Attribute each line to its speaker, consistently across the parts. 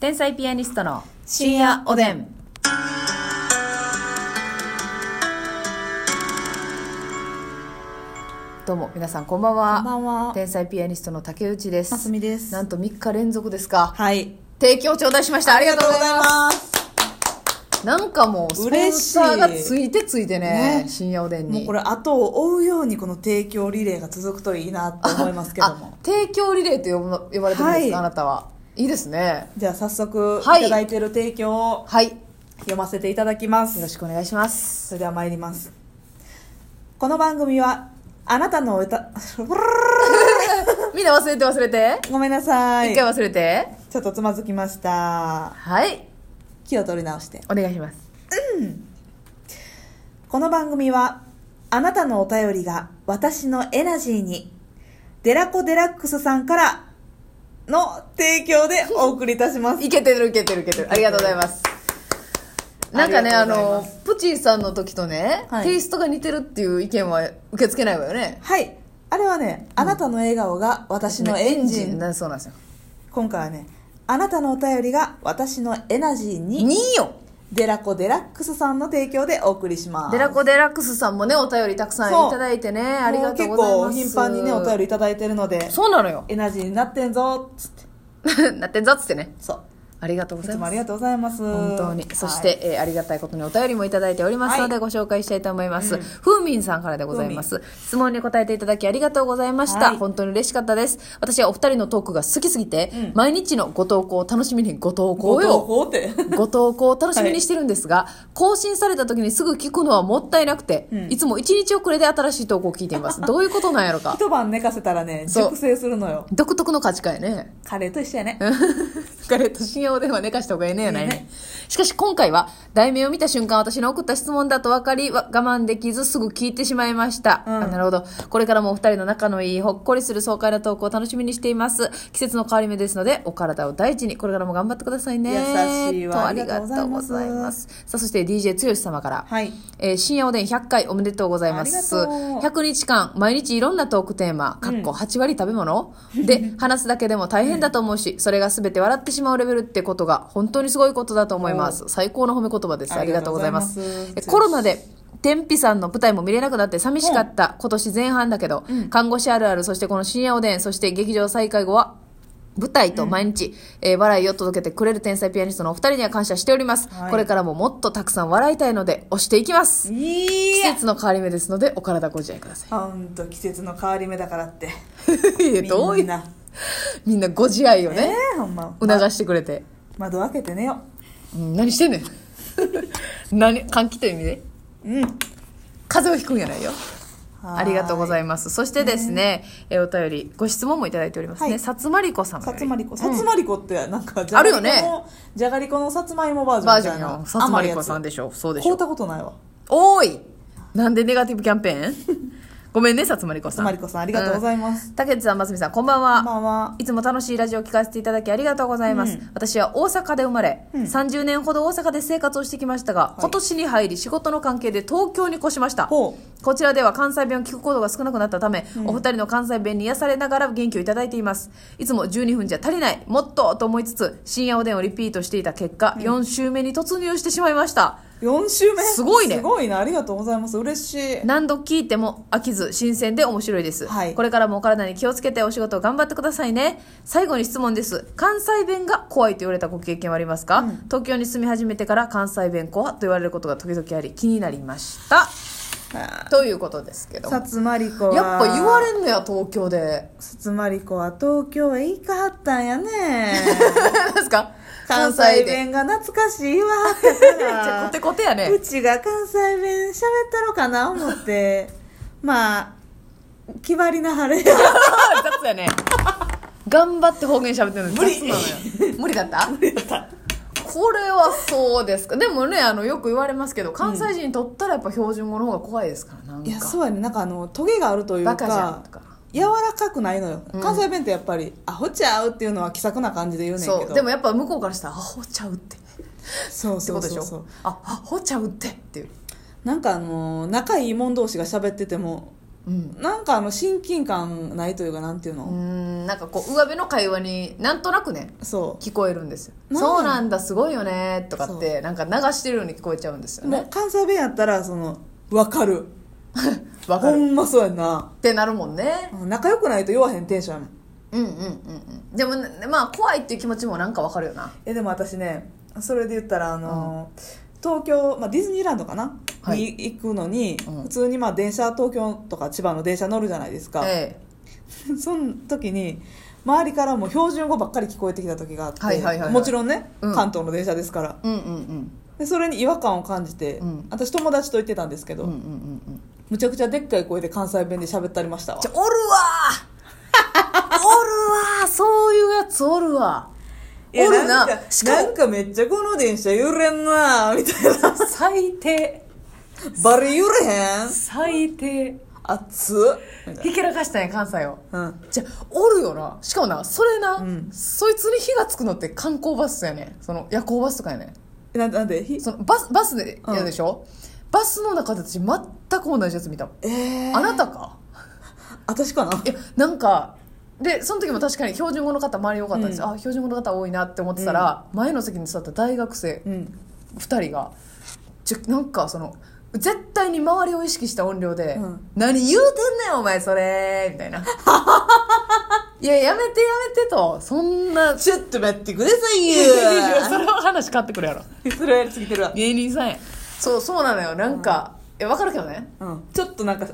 Speaker 1: 天才ピアニストの
Speaker 2: 深夜おでん。
Speaker 1: どうも皆さんこんばん
Speaker 2: こ
Speaker 1: は
Speaker 2: んばんは。
Speaker 1: 天才ピアニストの竹内です
Speaker 2: ますみです
Speaker 1: なんと3日連続ですか
Speaker 2: はい。
Speaker 1: 提供頂戴しましたありがとうございます
Speaker 2: す。
Speaker 1: なんかもうスポンサーがついてついてね
Speaker 2: 嬉しいね
Speaker 1: 深夜おでんに
Speaker 2: もうこれ後を追うようにこの提供リレーが続くといいなって思いますけども
Speaker 1: あ。提供リレーと呼ぶの呼ばれてるんですか、
Speaker 2: はい
Speaker 1: あなたはいいですね
Speaker 2: じゃあ早速い
Speaker 1: はい
Speaker 2: ただいている提供を
Speaker 1: はいよ
Speaker 2: 読ませていただきます。
Speaker 1: ろしくお願いします
Speaker 2: それでは参ります。この番組はあなたの歌
Speaker 1: みんな忘れて忘れて
Speaker 2: ごめんなさ
Speaker 1: 一、
Speaker 2: い。
Speaker 1: 回忘れて
Speaker 2: ちょっとつまずきました。
Speaker 1: はい
Speaker 2: 気を取り直して。
Speaker 1: お願いします
Speaker 2: この番組はあなたのお便りが私のエナジーにデラコデラックスさんからの提供でお送りいたします
Speaker 1: いけてるいけてるいけてるありがとうございますなんかねあ
Speaker 2: ありがとうござい
Speaker 1: の
Speaker 2: ます
Speaker 1: プチンさんの時とね、
Speaker 2: はい
Speaker 1: テイストが似てるっていう意見は受け付けないわよね
Speaker 2: はいあれはね、あなたの笑顔が私のエンジン
Speaker 1: なそうなんですよ
Speaker 2: 今回はねあなたのお便りが私のエナジーに
Speaker 1: 2位よ
Speaker 2: デラコデラックスさんの提供でお送りします
Speaker 1: デラコ・デラックスさんもねお便りたくさ
Speaker 2: そうん
Speaker 1: いただいてね
Speaker 2: もう
Speaker 1: ありがとうございます
Speaker 2: 結構頻繁にねお便りいただいてるので
Speaker 1: そうなのよ
Speaker 2: エナジーになってんぞっつって
Speaker 1: なってんぞっつってね
Speaker 2: そう
Speaker 1: ありがとうご
Speaker 2: い
Speaker 1: ざい
Speaker 2: つも
Speaker 1: ま
Speaker 2: あ
Speaker 1: す
Speaker 2: りがとうございます
Speaker 1: 本当にそし
Speaker 2: は
Speaker 1: て
Speaker 2: い、
Speaker 1: えーありがたいことにお便りもいただいておりますので、
Speaker 2: はい
Speaker 1: ご紹介したいと思います、ふうみんさんからでございます質問に答えていただきありがとうございました、
Speaker 2: はい
Speaker 1: 本当に嬉しかったです私はお二人のトークが好きすぎて、
Speaker 2: うん
Speaker 1: 毎日のご投稿を楽しみにご投稿
Speaker 2: ご
Speaker 1: よ
Speaker 2: 投稿って
Speaker 1: ご投稿を楽しみにしてるんです が、更新された時にすぐ聞くのはもったいなくて、
Speaker 2: うん
Speaker 1: いつも1日遅れで新しい投稿を聞いていますどういうことなんやろ か
Speaker 2: 一晩寝かせたらね
Speaker 1: そう
Speaker 2: 熟成するのよ
Speaker 1: 独特の価値観やね
Speaker 2: カレーと一緒やね
Speaker 1: 疲れと深夜お電話寝かした方がええねやない
Speaker 2: いい
Speaker 1: ね
Speaker 2: ね
Speaker 1: しかし今回は題名を見た瞬間私の送った質問だと分かりわ我慢できずすぐ聞いてしまいました、
Speaker 2: うん
Speaker 1: あなるほどこれからもお二人の仲のいいほっこりする爽快な投稿を楽しみにしています季節の変わり目ですのでお体を大事にこれからも頑張ってくださいね
Speaker 2: 優しいわ
Speaker 1: とあ
Speaker 2: あ
Speaker 1: り
Speaker 2: り
Speaker 1: が
Speaker 2: が
Speaker 1: と
Speaker 2: と
Speaker 1: う
Speaker 2: う
Speaker 1: ご
Speaker 2: ご
Speaker 1: ざ
Speaker 2: ざ
Speaker 1: い
Speaker 2: い
Speaker 1: ま
Speaker 2: ます
Speaker 1: さあそして DJ 剛様から、
Speaker 2: はい
Speaker 1: えー深夜おでん100回おめでとうございます
Speaker 2: ありがと
Speaker 1: 100日間毎日いろんなトークテーマかっこ8割食べ物、 で話すだけでも大変だと思うしそれが全て笑ってしまうレベルってことが本当にすごいことだと思います最高の褒め言葉ですあ
Speaker 2: あ
Speaker 1: り
Speaker 2: り
Speaker 1: が
Speaker 2: が
Speaker 1: と
Speaker 2: と
Speaker 1: うご
Speaker 2: う
Speaker 1: ざ
Speaker 2: ござ
Speaker 1: い
Speaker 2: い
Speaker 1: ま
Speaker 2: ますす
Speaker 1: えコロナで天日さんの舞台も見れなくなって寂しかった今年前半だけど、看護師あるあるそしてこの深夜おでんそして劇場再開後は舞台と毎日、えー笑いを届けてくれる天才ピアニストのお二人には感謝しております、
Speaker 2: はい
Speaker 1: これからももっとたくさん笑いたいので押していきます
Speaker 2: い
Speaker 1: 季
Speaker 2: や
Speaker 1: 節の変わり目ですのでお体ご自愛くださ
Speaker 2: ほんと季節の変わり目だからって
Speaker 1: い いやどうい
Speaker 2: みん
Speaker 1: う
Speaker 2: な
Speaker 1: みんなご自愛を
Speaker 2: え
Speaker 1: ね、
Speaker 2: ーほんま
Speaker 1: 促してくれて、
Speaker 2: 窓開けて寝よ
Speaker 1: うん何 してんねん何換気という意味で
Speaker 2: ううん
Speaker 1: 風邪をひくんやないよありがとうご
Speaker 2: い
Speaker 1: ざいますそしてですね、えお便りご質問もいただいておりますね、
Speaker 2: はい
Speaker 1: さつまりこ様よ
Speaker 2: さ
Speaker 1: り
Speaker 2: つまりこさつまりこってなんかじ
Speaker 1: あ
Speaker 2: ゃ
Speaker 1: る
Speaker 2: がり
Speaker 1: よ
Speaker 2: こ
Speaker 1: ね
Speaker 2: のじゃがりこのさつまいもバージョン
Speaker 1: バー
Speaker 2: み
Speaker 1: ジ
Speaker 2: た
Speaker 1: ョ
Speaker 2: い
Speaker 1: ンよ
Speaker 2: な
Speaker 1: さつまりこさん
Speaker 2: で
Speaker 1: でしょそうでし
Speaker 2: 買
Speaker 1: ょ
Speaker 2: うたことないわ
Speaker 1: おーいなんでネガティブキャンペ ーンごめんねさつまりこ
Speaker 2: さ
Speaker 1: さ
Speaker 2: つ
Speaker 1: ん
Speaker 2: まりこさんありがとうございます
Speaker 1: 竹内さん、ますみさん、こんばん
Speaker 2: こ
Speaker 1: は。
Speaker 2: んばんはい
Speaker 1: つも楽しいラジオを聞かせていただきありがとうございます。
Speaker 2: うん
Speaker 1: 私は大阪で生まれ、
Speaker 2: うん
Speaker 1: 30年ほど大阪で生活をしてきましたが、今年に入り仕事の関係で東京に越しました。
Speaker 2: ほ
Speaker 1: こちらでは関西弁を聞くことが少なくなったため、お二人の関西弁に癒されながら元気をいただいています。いつも12分じゃ足りない、もっとと思いつつ、深夜おでんをリピートしていた結果、4週目に突入してしまいました。
Speaker 2: う4週目
Speaker 1: すごいね
Speaker 2: すごいなありがとうございます嬉しい
Speaker 1: 何度聞いても飽きず新鮮で面白いです、
Speaker 2: はい
Speaker 1: これからもお体に気をつけてお仕事を頑張ってくださいね最後に質問です関西弁が怖いと言われたご経験はありますか、東京に住み始めてから関西弁怖と言われることが時々あり気になりました
Speaker 2: あ
Speaker 1: ということですけど
Speaker 2: ー
Speaker 1: も
Speaker 2: さつまりこは
Speaker 1: やっぱ言われんのや東京で
Speaker 2: さつまりこは東京へ行かはったん やね
Speaker 1: 何ですか
Speaker 2: 関西弁が懐かしい 言わはった
Speaker 1: めっちゃコ
Speaker 2: か
Speaker 1: テコテや
Speaker 2: ら
Speaker 1: ね
Speaker 2: うちが関西弁喋ったろかな思 ってまあ気張りな晴れ
Speaker 1: 雑やね頑張って方言喋ってるのに
Speaker 2: 無理
Speaker 1: 雑なのよ無理だったこれはそうですかでもねあのよく言われますけど関西人にとったらやっぱ標準語の方が怖いですからなん
Speaker 2: いや
Speaker 1: か
Speaker 2: そうやねなんかあのトゲがあるという
Speaker 1: バ
Speaker 2: か
Speaker 1: カじゃんとか
Speaker 2: 柔らかくないのよ、関西弁ってやっぱり「アホちゃう」っていうのは気さくな感じで言うねんけど
Speaker 1: そうでもやっぱ向こうからしたら「アホちゃうって」って
Speaker 2: そうそ
Speaker 1: こ
Speaker 2: う
Speaker 1: とでし
Speaker 2: そ
Speaker 1: ょ
Speaker 2: うそう
Speaker 1: あアホちゃうってっていう
Speaker 2: なんかあの仲いいもん同士が喋ってても
Speaker 1: うん
Speaker 2: なんかあの親近感ないというかなんていうの、
Speaker 1: うんなんかこう上辺の会話になんとなくね
Speaker 2: そ
Speaker 1: 聞こえるんですよ
Speaker 2: なんだ
Speaker 1: そうなんだすごいよねとかってなんか流してるように聞こえちゃうんです
Speaker 2: う
Speaker 1: よ
Speaker 2: もう
Speaker 1: ね
Speaker 2: 関西弁やったらその分かる
Speaker 1: わか
Speaker 2: ほ
Speaker 1: る
Speaker 2: んまそうやんな
Speaker 1: ってなるもんね
Speaker 2: 仲良くないと言わへんテンションやも
Speaker 1: う
Speaker 2: ん
Speaker 1: んうんうんうんでもねまあ怖いっていう気持ちもなんかわかるよな
Speaker 2: えでも私ねそれで言ったらあのー東京、まあ、ディズニーランドかな、
Speaker 1: はい
Speaker 2: に行くのに、
Speaker 1: うん
Speaker 2: 普通にまあ電車東京とか千葉の電車乗るじゃないですか、
Speaker 1: え
Speaker 2: その時に周りからも標準語ばっかり聞こえてきた時があって、
Speaker 1: はいはいはいはい
Speaker 2: もちろんね、
Speaker 1: うん
Speaker 2: 関東の電車ですから
Speaker 1: えうんうん
Speaker 2: でそれに違和感を感じて、
Speaker 1: うん
Speaker 2: 私友達と行ってたんですけ
Speaker 1: う
Speaker 2: ど、
Speaker 1: んうんうんうんうん
Speaker 2: むちゃくちゃでっかい声で関西弁で喋ってありましたわ
Speaker 1: ちょおるわ ーおるわーそういうやつおるわお
Speaker 2: いや
Speaker 1: るなん
Speaker 2: か
Speaker 1: しか
Speaker 2: な
Speaker 1: も
Speaker 2: んかめっちゃこの電車揺れんなみたい な
Speaker 1: 最低
Speaker 2: バリ揺れへん
Speaker 1: 最低
Speaker 2: 熱っみたい
Speaker 1: ひけらかしたね関西を
Speaker 2: なうん
Speaker 1: じゃおるよなしかもなそれな、
Speaker 2: うん
Speaker 1: そいつに火がつくのって観光バスやねその夜行バスとかやね
Speaker 2: えなんなんでひ
Speaker 1: そのバスバスでやるでしょ、バスの中で私全く同じやつ見たもん
Speaker 2: えー、
Speaker 1: あなたか
Speaker 2: 私かない
Speaker 1: やなんかでその時も確かに標準語の方周り多かったんですよ、
Speaker 2: う
Speaker 1: あ標準語の方多いなって思ってたら、前の席に座った大学生
Speaker 2: うん
Speaker 1: 2人がちょなんかその絶対に周りを意識した音量で「
Speaker 2: うん
Speaker 1: 何言うてんねんお前それ」みたい な「いややめてやめて」とそんない
Speaker 2: ちょっと待ってください
Speaker 1: やそ
Speaker 2: よ
Speaker 1: れは話変わってくるやろ
Speaker 2: それやりすぎてるわ、
Speaker 1: 芸人さんやそうそうなのよなんか、え分かるけどね
Speaker 2: うん、ちょっとなんか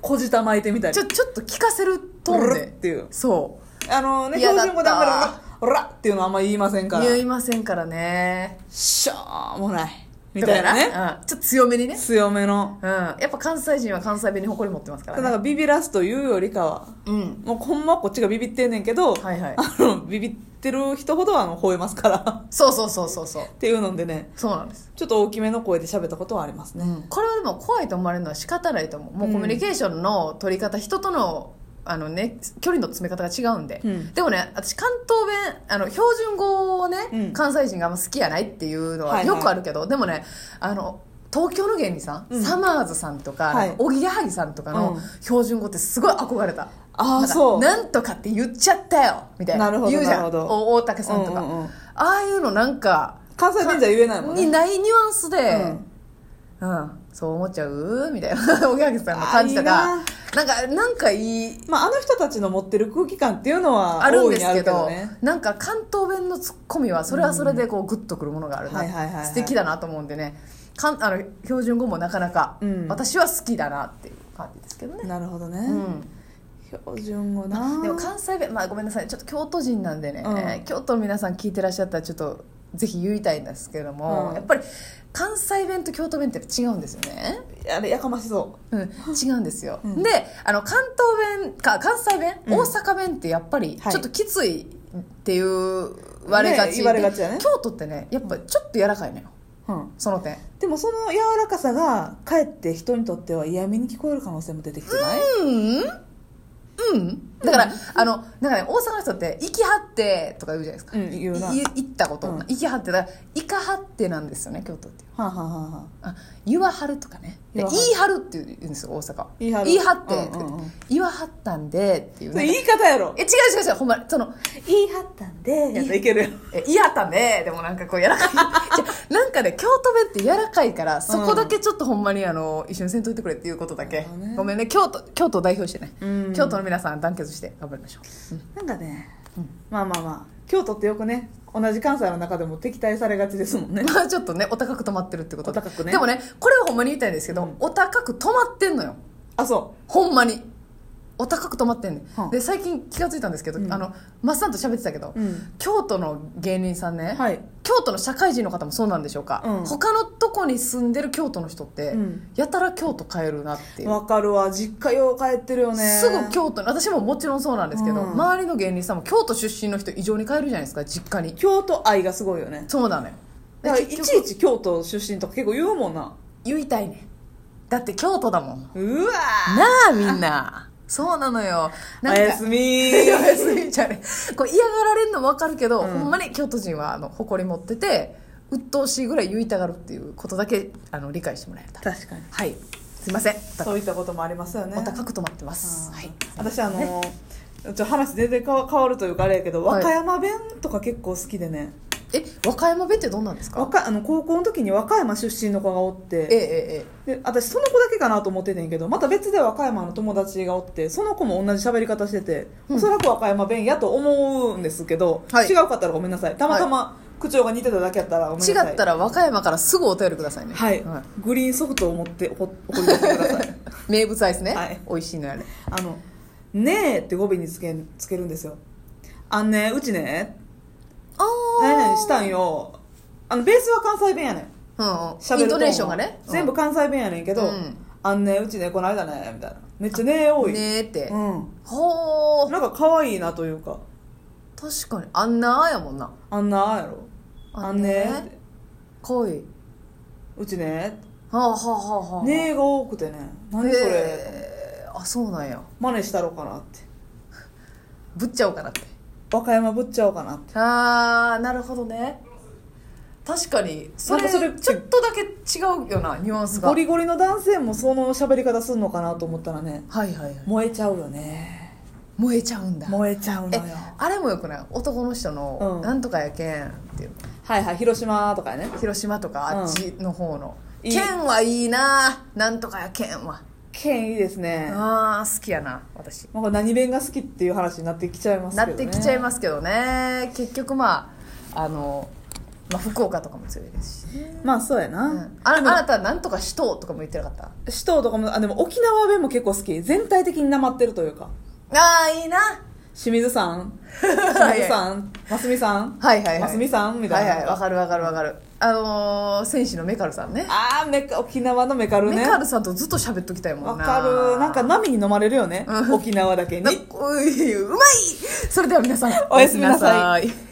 Speaker 2: 小舌巻いてみたり
Speaker 1: ちょちょっと聞かせるトーン
Speaker 2: ブル
Speaker 1: で
Speaker 2: ルっていう
Speaker 1: そう
Speaker 2: あのね
Speaker 1: 嫌だっ
Speaker 2: 標
Speaker 1: た
Speaker 2: 準語であんまり「オラオラ」っていうのはあんま言いませんから
Speaker 1: 言いませんからね
Speaker 2: しょうもないみたいな
Speaker 1: とか
Speaker 2: ね
Speaker 1: やうん、ちょっと強めにね
Speaker 2: 強めの
Speaker 1: うんやっぱ関西人は関西弁に誇り持ってますか
Speaker 2: なん
Speaker 1: らね
Speaker 2: かビビらすというよりかは
Speaker 1: うん
Speaker 2: もうほんまはこっちがビビってんねんけど、
Speaker 1: はいはい
Speaker 2: あのビビってる人ほどはあの吠えますから
Speaker 1: そうそうそうそうそう
Speaker 2: っていうのでね
Speaker 1: そうなんです、
Speaker 2: ちょっと大きめの声で喋ったことはありますね、
Speaker 1: これはでも怖いと思われるのは仕方ないと思うもうコミュニケーションの取り方人とのあのね距離の詰め方が違うんで、
Speaker 2: うん
Speaker 1: でもね私関東弁あの標準語をね、
Speaker 2: うん
Speaker 1: 関西人があんま好きやないっていうの
Speaker 2: は
Speaker 1: はい
Speaker 2: は
Speaker 1: よ
Speaker 2: い
Speaker 1: くあるけど、でもねあの東京の芸人さん、
Speaker 2: うん
Speaker 1: サマーズさんとか、
Speaker 2: はい
Speaker 1: おぎやはぎさんとか
Speaker 2: う
Speaker 1: の
Speaker 2: ん
Speaker 1: 標準語ってすごい憧れた、
Speaker 2: あ
Speaker 1: な
Speaker 2: あ
Speaker 1: んか
Speaker 2: そう
Speaker 1: なんとかって言っちゃったよみたいな
Speaker 2: なるほど
Speaker 1: 言うじゃん
Speaker 2: なるほど
Speaker 1: お大竹さんとか、
Speaker 2: うんうんうん
Speaker 1: ああいうのなんか
Speaker 2: 関西弁じゃ言えないもん
Speaker 1: に
Speaker 2: ね
Speaker 1: ないニュアンスで、
Speaker 2: うん
Speaker 1: うん、そう思っちゃうみたいな おぎやはぎさんの感じとか
Speaker 2: あ
Speaker 1: なんかなんかいい
Speaker 2: まあ、あの人たちの持ってる空気感っていうのは
Speaker 1: あるん
Speaker 2: 大
Speaker 1: で
Speaker 2: いにあ
Speaker 1: すけ
Speaker 2: るけ
Speaker 1: ど
Speaker 2: どね
Speaker 1: なんか関東弁のツッコミはそれはそれでこうグッとくるものがあるな、
Speaker 2: はいはいはいはい
Speaker 1: 素敵だなと思うんでねかんあの標準語もなかなか、
Speaker 2: うん
Speaker 1: 私は好きだなっていう感じですけどね、
Speaker 2: なるほどね、
Speaker 1: うん、
Speaker 2: 標準語な
Speaker 1: でも関西弁、まあ、ごめんなさいちょっと京都人なんでね、
Speaker 2: うん
Speaker 1: 京都の皆さん聞いてらっしゃったらちょっとぜひ言いたいんですけども、
Speaker 2: うん
Speaker 1: やっぱり関西弁と京都弁って違うんですよね
Speaker 2: あれやかましそ
Speaker 1: うん、違うんですよ、
Speaker 2: うん
Speaker 1: であの関東弁か関西弁、
Speaker 2: うん
Speaker 1: 大阪弁ってやっぱり
Speaker 2: はい
Speaker 1: ちょっときついっていう言われがちで、
Speaker 2: ね言われがちだね
Speaker 1: 京都ってねやっぱちょっと柔らかいのよ
Speaker 2: う、うん、
Speaker 1: その点
Speaker 2: でもその柔らかさがかえって人にとっては嫌味に聞こえる可能性も出てきてない、
Speaker 1: うんうんだから、あのなんかね大阪の人って「行きはって」とか言うじゃないですか、
Speaker 2: うん言うない
Speaker 1: 行ったこと、
Speaker 2: うん
Speaker 1: 行きはってだから「行かはって」なんですよね京都って
Speaker 2: はあ、はあはあはあ、
Speaker 1: あ言わはるとかねで
Speaker 2: 言わはる
Speaker 1: 言いはるって言うんですよ大阪
Speaker 2: 言いはる
Speaker 1: って、
Speaker 2: うんうんうん
Speaker 1: 言わはったんでっていう
Speaker 2: そ
Speaker 1: ね
Speaker 2: れ言い方やろ
Speaker 1: え違う違う違うほんまその
Speaker 2: 言い張ったんでやったらいけるよ
Speaker 1: え嫌だねでもなんかこう柔らか いじゃなんかね京都弁って柔らかいからそこだけちょっとほんまにあの一緒にせんといてくれっていうことだ
Speaker 2: な
Speaker 1: け
Speaker 2: るほどね
Speaker 1: ごめんね京都京都を代表してね
Speaker 2: うん
Speaker 1: 京都の皆さん団結して頑張りましょう、
Speaker 2: なんかね、
Speaker 1: うん
Speaker 2: まあまあまあ京都ってよくね同じ関西の中でも敵対されがちですも んね
Speaker 1: まあちょっとねお高く止まってるってことで
Speaker 2: お高くね
Speaker 1: でもねこれはほんまに言いたいんですけど、
Speaker 2: うん
Speaker 1: お高く止まってんのよ
Speaker 2: あそ
Speaker 1: ほんまにお高く止まってんね、
Speaker 2: はあ
Speaker 1: ん、で最近気が付いたんですけど、
Speaker 2: うん
Speaker 1: あのマッサンと喋ってたけど、
Speaker 2: うん
Speaker 1: 京都の芸人さんね、
Speaker 2: はい
Speaker 1: 京都の社会人の方もそうなんでしょうか、
Speaker 2: うん
Speaker 1: 他のとこに住んでる京都の人って、
Speaker 2: うん
Speaker 1: やたら京都帰るなっていう、
Speaker 2: わかるわ実家よう帰ってるよね
Speaker 1: すぐ京都に私ももちろんそうなんですけど、
Speaker 2: うん
Speaker 1: 周りの芸人さんも京都出身の人異常に帰るじゃないですか実家に
Speaker 2: 京都愛がすごいよね
Speaker 1: そうなのよ
Speaker 2: だから
Speaker 1: で
Speaker 2: いち
Speaker 1: 結局
Speaker 2: いち京都出身とか結構言うもんな
Speaker 1: 言いたいねだって京都だもんな
Speaker 2: うわ
Speaker 1: あみんなそうなのよ
Speaker 2: ー
Speaker 1: なん
Speaker 2: お
Speaker 1: か
Speaker 2: や すみ
Speaker 1: いやおやすみじゃねこう嫌がられるのも分かるけど、
Speaker 2: うん
Speaker 1: ほんまに京都人はあの誇り持ってて鬱陶しいぐらい言いたがるっていうことだけあの理解してもらえたら
Speaker 2: 確かに
Speaker 1: はいすいません
Speaker 2: そういったこともありますよね
Speaker 1: お高く止まってます、
Speaker 2: うん
Speaker 1: はい、
Speaker 2: 私あのちょっと話全然かわ変わるというかあれやけど和
Speaker 1: はい
Speaker 2: 歌山弁とか結構好きでね、
Speaker 1: え和歌山弁ってどんなんです
Speaker 2: 和
Speaker 1: か
Speaker 2: 歌あの高校の時に和歌山出身の子がおっ
Speaker 1: ええ
Speaker 2: て
Speaker 1: ええ
Speaker 2: で私その子だけかなと思っててんけどまた別で和歌山の友達がおってその子も同じ喋り方してて、
Speaker 1: うん
Speaker 2: おそらく和歌山弁やと思うんですけど、
Speaker 1: はい
Speaker 2: 違うかったらごめんなさいたまたま口調が似てただけやったらごめんな
Speaker 1: 違
Speaker 2: さい
Speaker 1: ったら和歌山からすぐお便りくださいね
Speaker 2: はい、グリーンソフトを持ってお送り出してくだ さい
Speaker 1: 名物アイスね、
Speaker 2: はい
Speaker 1: 美味しいのあれ
Speaker 2: あの「ねえ」って語尾につけつけるんですよ「あんねうちね」
Speaker 1: あ
Speaker 2: 何々したんよあのベースは関西弁やねん
Speaker 1: う
Speaker 2: 喋
Speaker 1: ん、イ
Speaker 2: る
Speaker 1: ン
Speaker 2: ト
Speaker 1: ト
Speaker 2: ーンは
Speaker 1: ネーションがね
Speaker 2: 全部関西弁やねんけど、
Speaker 1: うん
Speaker 2: あんねうちねこの間ねみたいなめっちゃね多
Speaker 1: うん
Speaker 2: い、
Speaker 1: ねーって、
Speaker 2: うん
Speaker 1: ほー
Speaker 2: なんか可愛いなというか
Speaker 1: 確かにあんなあやもんな
Speaker 2: あんなあやろあんねって
Speaker 1: かわいい
Speaker 2: うちね
Speaker 1: はあはあはあはあ
Speaker 2: ねが多くてね何それ
Speaker 1: へーあそうなんや
Speaker 2: 真似したろかなって
Speaker 1: ぶっちゃおうかなって
Speaker 2: 和歌山ぶっちゃおうかなって
Speaker 1: あーなるほどね確かにそれ
Speaker 2: なんかそれ
Speaker 1: ちょっとだけ違うよなニュアンスが
Speaker 2: ゴリゴリの男性もその喋り方すんのかなと思ったらね
Speaker 1: はいはいはい
Speaker 2: 燃えちゃうよね
Speaker 1: 燃えちゃうんだ
Speaker 2: 燃えちゃうの
Speaker 1: え
Speaker 2: よ
Speaker 1: あれもよくない男の人の「
Speaker 2: うん
Speaker 1: なんとかやけん」っていう
Speaker 2: はいはい広島とかやね
Speaker 1: 広島とかあっちの方の「
Speaker 2: いい
Speaker 1: 県はいいななんとかやけんは」
Speaker 2: 県いいですね
Speaker 1: あー好きやな私
Speaker 2: まあ、これ何弁が好きっていう話になってきちゃいますけ
Speaker 1: な
Speaker 2: ど、
Speaker 1: っ
Speaker 2: ね、
Speaker 1: てきちゃいますけどね結局まああの、まあ、福岡とかも強いですし、
Speaker 2: すまあそうやな、
Speaker 1: うんああなたなんとかしとうとかも言ってなかった
Speaker 2: 首都とかもあでも沖縄弁も結構好き全体的になまってるというか
Speaker 1: ああいいな
Speaker 2: 清水さん清水さんますみさん
Speaker 1: はいはいは
Speaker 2: ます
Speaker 1: い
Speaker 2: みさんみた
Speaker 1: はいい
Speaker 2: な、
Speaker 1: はいわかるわかるわかるあのー、戦士のメカルさんね
Speaker 2: あーメカ沖縄のメカルね
Speaker 1: メカルさんとずっと喋っときたいも
Speaker 2: わ
Speaker 1: んな
Speaker 2: かるなんか波に飲まれるよね、
Speaker 1: うん
Speaker 2: 沖縄だけに
Speaker 1: なういうまいそれでは皆さん
Speaker 2: おやすみなさ
Speaker 1: おや
Speaker 2: い
Speaker 1: すみなさい